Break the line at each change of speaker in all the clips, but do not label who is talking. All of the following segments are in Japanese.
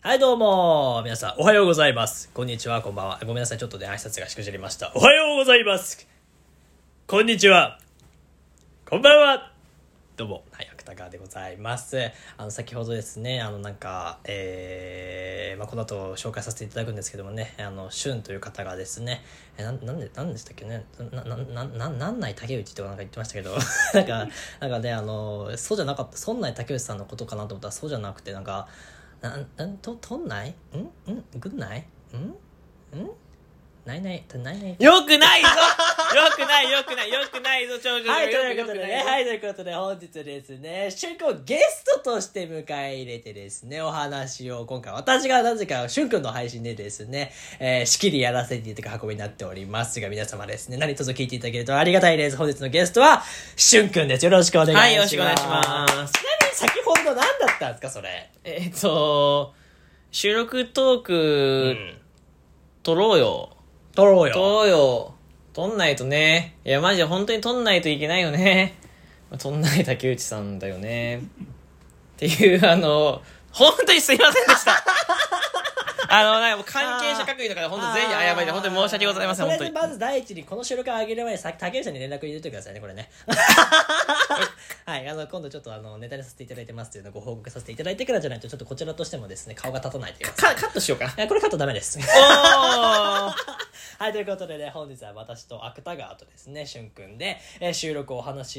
はい、どうも皆さん、おはようございます。こんにちは、こんばんは。ごめんなさい、ちょっとね、挨拶がしくじりました。おはようございます。こんにちは。こんばんは。どうも、はい、芥川でございます。あの、先ほどですね、あの、なんか、えー、まあ、この後紹介させていただくんですけどもね、あの、シュンという方がですね、え、なん、なんで、なんでしたっけね、な、な、な、な、なんない竹内とかなんか言ってましたけど、 なんか、なんかね、あの、そうじゃなかった、そんない竹内さんのことかなと思ったら、そうじゃなくて、なんか、なん、なん、と、とんないんんぐんないんんないない、とないない。
よくないぞよくないよくないよくないぞ長 女
はい、ということでね、はいい、ということで、本日ですね、しゅんくんをゲストとして迎え入れてですね、お話を今回、私がなぜかしゅんくんの配信でですね、えー、しきりやらせていただく運びになっておりますが、皆様ですね、何卒聞いていただけるとありがたいです。本日のゲストは、しゅんくんです。よろしくお願いします。
はいよろしくお願いします
ちなみに先ほどの何だったんですか、それ。
えっと収録トー
う
ク、。撮ろうよ
撮ろうよ。
撮ろうよ撮んないとねいやマジで本当に撮んないといけないよね撮んない竹内さんだよねっていうあの本当にすいませんでした あのなんかもう関係者各位とかで本当全員に謝りで本当に申し訳ございません
と
本
り
当
あえずま
に
ず第一にこの収録を上げる前にさ竹内さんに連絡入れてくださいねこれ ねはいあの今度ちょっとあのネタにさせていただいてますっていうのをご報告させていただいてからじゃないとちょっとこちらとしてもですね顔が立たないと言います
カカットしようか
いやこれカットダメです
おー
はいということでね本日は私と芥川とですねしゅんくんで、えー収録をお話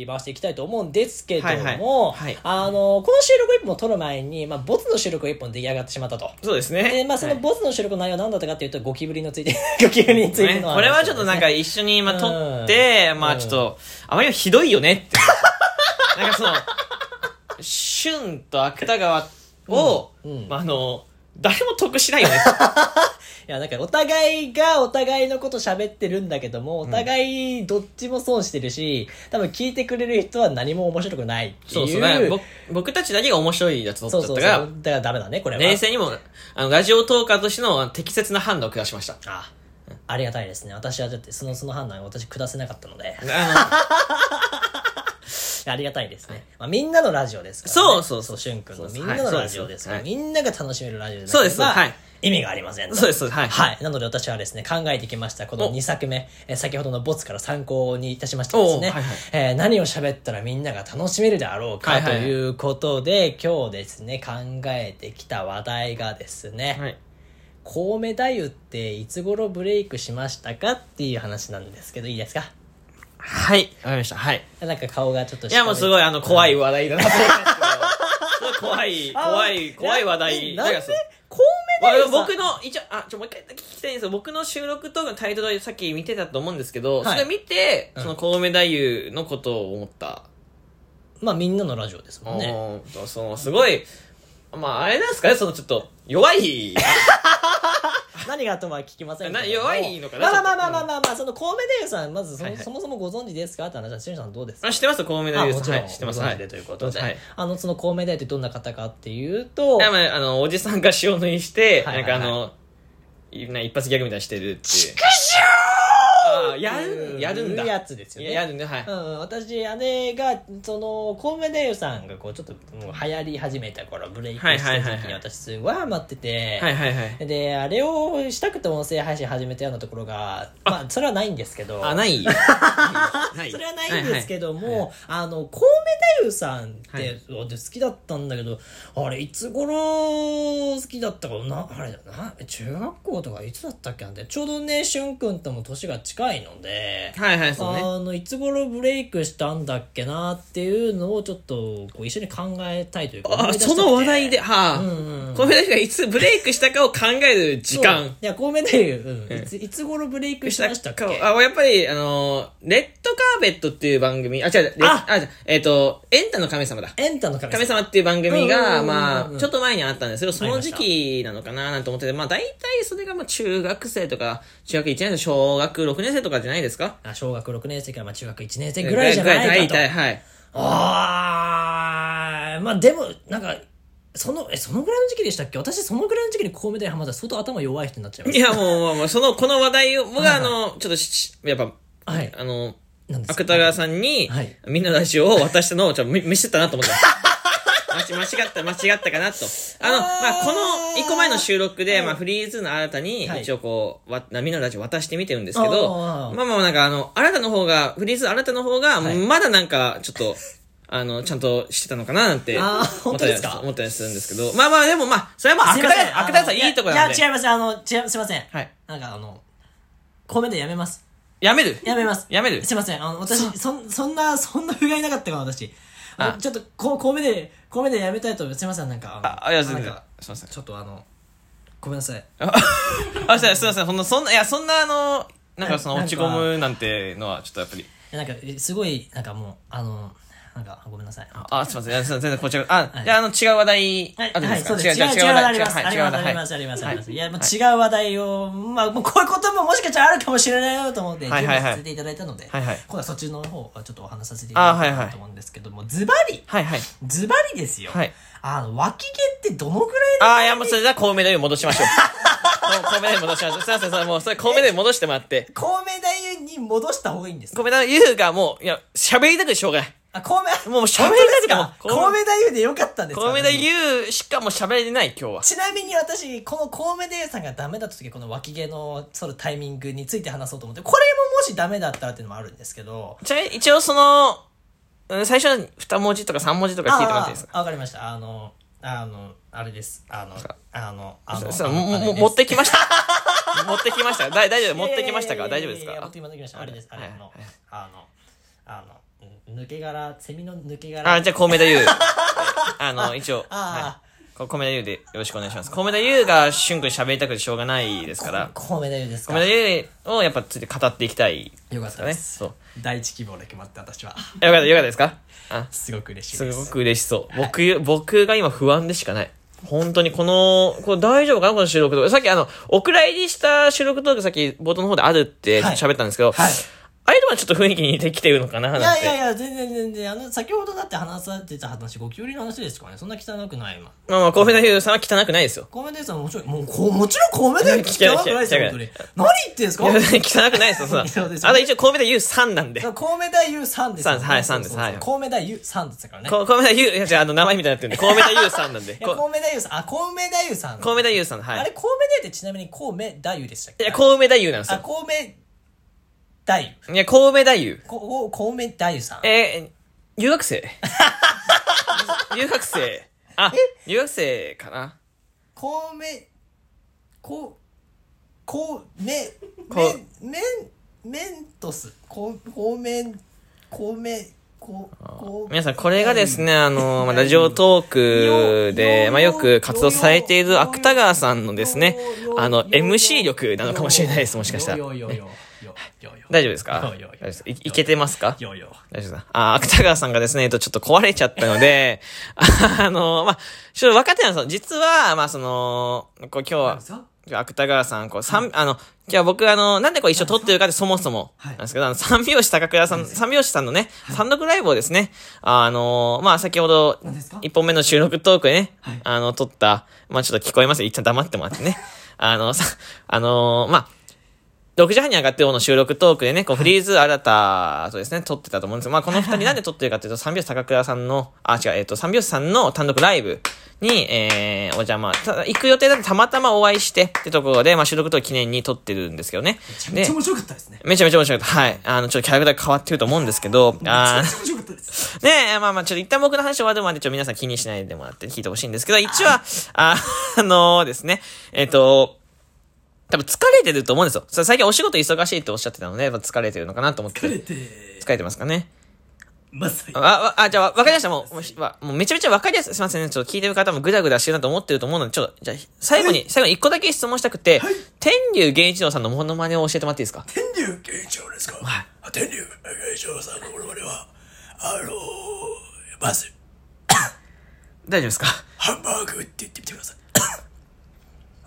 し回していきたいと思うんですけども、
はいはいはい
あのこの収録一本を撮る前に、まあ、ボツの収録が一本出来上がってしまったと
そうですね。
えーまあ、その
はい
ボスの収録の内容は何だったかというと、ゴキブリのついて、 ゴキブリについての話
これはちょっとなんか
で
一緒に、まあ、
うん
撮って、ま
う
あ、
ん
ちょっと、あまりにもひどいよね って。なんかその、シュンと芥川を、
うんうん
まあ、あの、誰も得しないよね。
すね、いや、なんかお互いがお互いのこと喋ってるんだけども、お互いどっちも損してるし、多分聞いてくれる人は何も面白くないっていう。
そうそう。だから僕僕たちだけが面白いやつ撮っち
そ
ゃ
う
った
そうそう
か
だか、ら
ら
ダメだね、これは。
冷静にも、あの、ラジオトーカーとしての適切な判断を下しました。
あありがたいですね。私はだって、その、その判断を私下せなかったの で、
あ
ありがたいですね。まあ、みんなのラジオですから、ね。
そうそうそう
しゅんくんの
そう
み
そうん
なのラジオ
はい
ですから、
そうで
みんなが楽しめるラジオでなければ
そうですはい
意味がありません
の
と
そうです、そうですはい。
はい。なので私はですね、考えてきました。この
お
2作目、えー先ほどのボツから参考にいたしましてですね、
おうはいはい
えー何を喋ったらみんなが楽しめるであろう
は
か
い
と
はいはい
いうことで、今日ですね、考えてきた話題がですね、
はい。
コウメ太夫っていつ頃ブレイクしましたかっていう話なんですけど、いいですか
はい。わかりました。はい。
なんか顔がちょっと
いや、もうすご
い。
い、あの、怖い話題だなと思いますけ ど。すごい怖い、
あ
怖い、怖い話題。
ななん
だ
で
からそう
コウメ太夫さん
僕の一応あちょもう一回だけ聞きたいんですよ僕の収録とかのタイトルさっき見てたと思うんですけど、
はい
それ見て、
うん
そのコウメ太夫のことを思った、
まあみんなのラジオですもんね。
ね、そのすごいまああれなんですかねそのちょっと弱 い
何があとは聞きませんけども
な弱いのかな
まあまあ
ちょ
まあまあ
っと
まあまあ、そのコウメ太夫さん、まずそ,、
はいはい
そもそもご存知ですかって話は、しゅんさんどうですか
あ知ってますコウメ太
あ
夫
もち
さん
ろん、
はい知ってます
ご
は
存
い
知でということで、
はい
あのその孔明大ってどんな方かっていうと
いやまああのおじさんが塩抜いして、
はいはい
なんかあのいな一発ギャグみたいにしてるっていうあーやるやるんだ
やつですよ
い
ね
ややるねはい、
うん、私姉がそのコウメ太夫さんがこうちょっともう流行り始めた頃ブレイクした
はいはい
時
はい
に
はい
私すごいハマってて、
はいはいはい
であれをしたくて音声配信始めたようなところがま あそれはないんですけど
あない な
それはないんですけども、
はいはい
あの孔明太夫さんって、
はい
好きだったんだけどあれいつ頃好きだったかなあれだな中学校とかいつだったっけなんてちょうどねしゅんくんとも年が近いので。
はいはいそうね
あのいつ頃ブレイクしたんだっけなっていうのをちょっとこう一緒に考えたいというか思い
あ、
出したく
そ
て
の話題で、はあ、
うんうんうん
この話がいつブレイクしたかを考える時
そうい
間。
や孔明太夫、うん
うん
いついつ頃ブレイクしましたっけ
あ、やっぱり、あのー、レッドカーペットっていう番組、あ、違う、レ
あ
あ、違うえっ、と、エンタの神様だ。
エンタの神
神
様
様っていう番組が、
うんうんうんうん
まあ、ちょっと前にあったんですけど、そ
あり
の
まし
時
た
期なのかななんて思ってて、まあ、大体それがまあ、中学生とか、中学1年生、小学6年生とかじゃないですか
あ小学6年生からまあ中学1年生ぐらいじゃない
ぐら
か
大
と
体、はい。
あー、まあでも、なんか、その、え、そのぐらいの時期でしたっけ私、そのぐらいの時期にコウメ太夫ハマったら相当頭弱い人になっちゃいま
い
す。
や、もうもう、もう、その、この話題を、僕はあの、ちょっとし、やっぱ、
はい。
あの、
なんですか
芥川さんに、
はい
みんなのラジオを渡したのをちょっと見見せてたなと思った。 まち間違った、間違ったかなと。あの、まあ、この一個前の収録で、まあ、フリーズの新たに
は、い
一応こう、わ波のラジオ渡してみてるんですけど、
あー
まあまあなんかあの、新たの方が、フリーズ新たの方が、
はい
まだなんか、ちょっと、あの、ちゃんとしてたのかななんて、
あー
思っ
本当
たり
ですか
思ったりするんですけど、まあまあでもまあ、それはまあ、
すい
悪
ませ
田
ん
さん、悪田さん
あの
いいとこなんで。
いや、違います。あの、違うすいません。
はい。
なんかあの、コメントやめます。
やめる
やめます。
やめる
すいません。あの、私、そん、そんな、そんな不甲斐なかったから、私。
あ
ちょっと、こう、コメで、コメでやめたいと思います。すいません、なんか。の
あ、いや、すいません。
な
す
いか
ません。
ちょっとあの、ごめんなさい。
あ、すいません、すいません。そんな、そんな、いや、そんなあの、なんかその
な
落
ん
ち
か
込むなんてのは、ちょっとやっぱり。
なんか、えすごい、なんかもう、あの、なんか、ごめんなさい。
あ、すいません。いやすいません全然こっちら。あ、
はい
じゃあ、あの、違う話題、
はい、
あるん
は
で
い、
すか
そうです。違う、違う話題あります。あります、あります、あります、あります。いや、もう違う話題を、まあ、もうこういうことももしかしたらあるかもしれないなと思って、準
はいはいはい
備させていただいたので、
はいはい
今度はそっちの方はちょっとお話しさせていただき
あはい
た
はい
いと思うんですけども、ズバリ、
はいはい。
ズバリですよ。
はい
あの、脇毛ってどのくらいの
ああ、いや、もうそれじゃあ、コウメに戻 しましょう。もうコウメに戻しましょう。すいません、それもう、それ、コウメに戻してもらって。
孔明大に戻した方がいいんですか
コウメ太夫がもう、いや、喋りたくてしょうがない。
あ、孔明、
もう喋りたくてもう、
孔明大でよかったんですか
コウメ太夫しかもう喋れない、今日は。
ちなみに私、このコウメデーさんがダメだった時はこの脇毛の剃るタイミングについて話そうと思って、これももしダメだったらっていうのもあるんですけど、
ちなみに、一応その、うん最初の2文字とか3文字とか聞いてもらっていいですか
ああわかりました。あの、あの、あれです。あの、あの、あの、
そう
あの
も
あれ
も
です
持ってきました 持ってきましただい大丈夫
いや
持
い
っ
やい
て
やいや
きましたか大丈夫です
いやいや持
か
ってきました持ってきました。あれです。あれ、
はい
あの、あの、あの、抜け殻、セミの抜け殻。
あじゃあコウメ太夫 あの一応
あ
はいこコウメ太夫でよろしくお願いしますコウメ太夫がしゅんくん喋りたくてしょうがないですから
コウメデーです
コ
か
ウメ太夫をやっぱついて語っていきたいで
よかっ
す
た
かね
です。
そう
第一希望で決まって私は、
よかったよかったですかあ
すごく嬉しい
す
です。
ごく嬉しそう。僕、僕が今不安でしかない。本当にこの、これ大丈夫かなこの収録とか。さっきあの、お蔵入りした収録とかさっき冒頭の方であるって
はい
喋ったんですけど、
はい
あれとはちょっと雰囲気に似てきてるのかないなん
や
て。
いやいや、全然全然。あの、先ほどだって話されてた話、ゴキブリの話ですからね。そんな汚くない、今。
まあまあ、コウメ太夫さんは汚くないですよ。
コウメデイさんもちろん、もうこう、もちろんコウメデイ汚くないですよ、本
汚く
当
な
に
い。
何言ってんす
い
か
や汚くないですよ、そんな。
そうですよ
あと一応、コウメ太夫さ んなんで。
コウメ太夫さんですよね。
さんはいさんです
そうそうそう
はい
コウメ太夫さんですからね。
ココウメ太夫、いや違う、あの、名前みたいになってるんで、コウメ太夫さんなんで。
いや
こ
コウメ太夫さん、あ、コウメ太夫さん。
コウメ太夫さん、は
あれ、
い。
コウメ太夫ってちなみにコウメ太夫でしたっ
い
け
や、コウメ太夫なんです
あ、
よ。
コウメ太夫。
いや、コウメ太夫。
ここコウメ太夫さん。
えー、留学生 留学生。あ、留学生かな。
コウメ、コウ、コウメ、
こ
メン、メン、メントス。コウ、コウメン、コウメ、コウ、コウ
皆さん、これがですね、あの、まあ、ラジオトークで、まあ、よく活動されている芥川さんのですね、あの、MC 力なのかもしれないです、もしかしたら。
よよよよよよよ
大丈夫ですか
よよよ
大丈夫ですいいけてますか
よよ
大丈夫ですかあ、芥川さんがですね、えっと、ちょっと壊れちゃったので、 あの、まあ、ちょっと若手なんですよ。実は、まあ、その、こう今日は、芥川さん、こう、三、あの、今日僕、あの、なんでこう一緒に撮ってるかってそもそも、
はい
なんですけど、あの、三拍子高倉さん、三拍子さんのね、単独ライブをですね、あの、まあ、先ほど
何ですか、
一本目の収録トークでね
はい、
あの、撮った、まあ、ちょっと聞こえます一旦黙ってもら ってね。あの、さ、あの、まあ、6時半に上がっての収録トークでね、こうフリーズ新たとですね、撮ってたと思うんですまあこの二人なんで撮ってるかというと、三拍子高倉さんの、あ、違う、えっ、と、三拍子さんの単独ライブに、えー、お邪魔、た行く予定だってたまたまお会いして、ってところで、まあ収録と記念に撮ってるんですけどね。
めっ
で
ちゃ、面白かったですね
めちゃめちゃ面白かった。はい。あの、ちょっとキャラクターが変わってると思うんですけど、あー
めっちゃ面白かったです
ねえ、まあまあ、ちょっと一旦僕の話終わるまで、ちょっと皆さん気にしないでもらって聞いてほしいんですけど、一応は、ああのですね、えっ、と、多分疲れてると思うんですよ。さ最近お仕事忙しいとおっしゃってたので、まあ疲れてるのかなと思って。
疲れ
疲
て
れてますかね。
まさに
あ、わあ、じゃあわかりました。もう、もうひわもうめちゃめちゃわかりやすい。すいませんね。ちょっと聞いてる方もグダグダしてるなと思ってると思うので、ちょっと、じゃあ最後に、最後に一個だけ質問したくて、天竜源一郎さんのモノマネを教えてもらっていいですか
天竜源一郎ですか、あ天竜源一郎さんの我々はあのー、まず
大丈夫ですか
ハンバーグって言ってみてください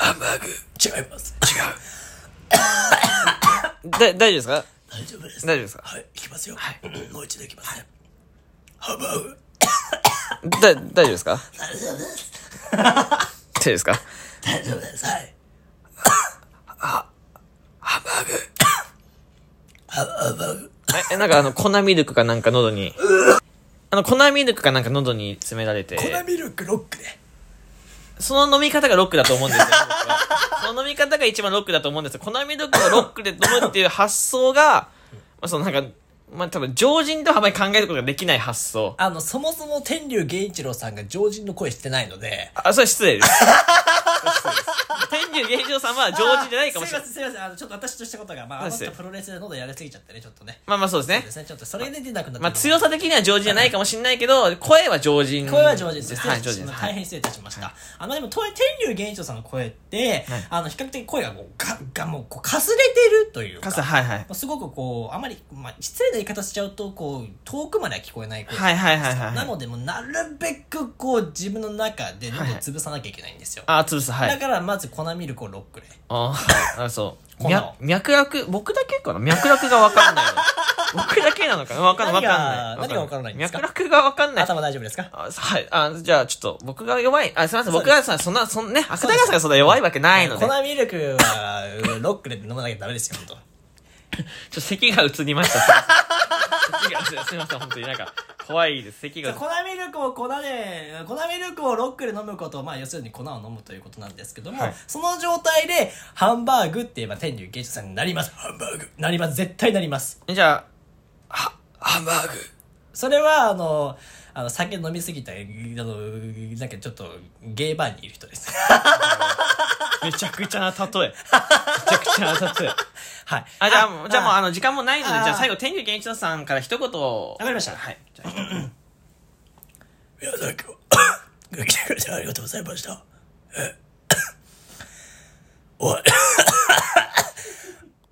ハンバーグ違います違う
だ大丈夫ですか
大丈夫です
大丈夫ですか
はいいきますよ、うんもう一度いきますね、ハンバーグ
だ、大丈夫ですか
大丈夫です
大丈夫ですか
大丈夫ですはいハンバーグハンバーグ
え、なんかあの、粉ミルクかなんか喉に。あの、粉ミルクかなんか喉に詰められて、
粉ミルクロックで
その飲み方がロックだと思うんですよ、 僕はその飲み方が一番ロックだと思うんですよ。粉ミルクをロックで飲むっていう発想が、まあ、そのなんか、まあ、多分、常人ではあまり考えることができない発想。
あの、そもそも天竜源一郎さんが常人の声してないので、
あ、それは失礼です。天竜源一郎さんは常人じゃないかもしれない。
すいません、すいません。あの、ちょっと私としたことが、まあ、あ
そうで
の
す
人プロレスで喉やられすぎちゃってね、ちょっとね。
まあまあそうです
そう
ね
で。すね。ちょっとそれで出なくなって
まあ強さ的には常人じゃないかもしれないけど、声は常人。
声は上手です。
はい、常人です。は
大
い
変失礼いたしました。あの、でも、と天竜源一郎さんの声って、あの、比較的声がこう、が、がもう、こう、かすれてるというか。
かつ、はいはい
ま。あすごくこう、あまり、まあ、失礼な言い方しちゃうと、こう、遠くまでは聞こえない声。
はいはいはいはい。
なので、もうなるべくこう、自分の中で喉を潰さなきゃいけないんですよ。
あ、潰す、は
だ
い。
から、まず粉ミルクをロックで。
あーあ、そう。
こんなの
脈脈絡、僕だけかな脈絡がわか んないの。僕だけなのかなわかんない。わ
何が
かんない。
何がわからないんですか
脈絡がわかんない。
頭大丈夫ですか
あはい。あ、じゃあ、ちょっと、僕が弱い。あ、すみません。
そう
僕
です
がさ、そんな、そんね、芥川さんがそんな弱いわけないので。ちょ
粉ミルクは、ロックで飲まなきゃダメですよ、本
っと咳が移りました。咳が移りすみません。本当になんか、怖いです。咳
当
が。
粉ミルクを粉で、粉ミルクをロックで飲むこと、まあ、要するに粉を飲むということなんですけども、
はい
その状態で、ハンバーグって言えば天竜芸術さんになります。ハンバーグなります。絶対なります。
じゃ
ハンバーグ
それは、あの、あの酒飲みすぎた、あの、なんかちょっと、ゲーバーにいる人です。
あ、めちゃくちゃな例え。めちゃくちゃな例え。
はい。
あ、じゃあ、もうじゃあもう、
あ
あの、時間もないので、
あ
じゃあ最後、天竜源一郎さんから一言を。
わかりました
はい。じゃあ
皆さん今日 来てくれてありがとうございましたえおい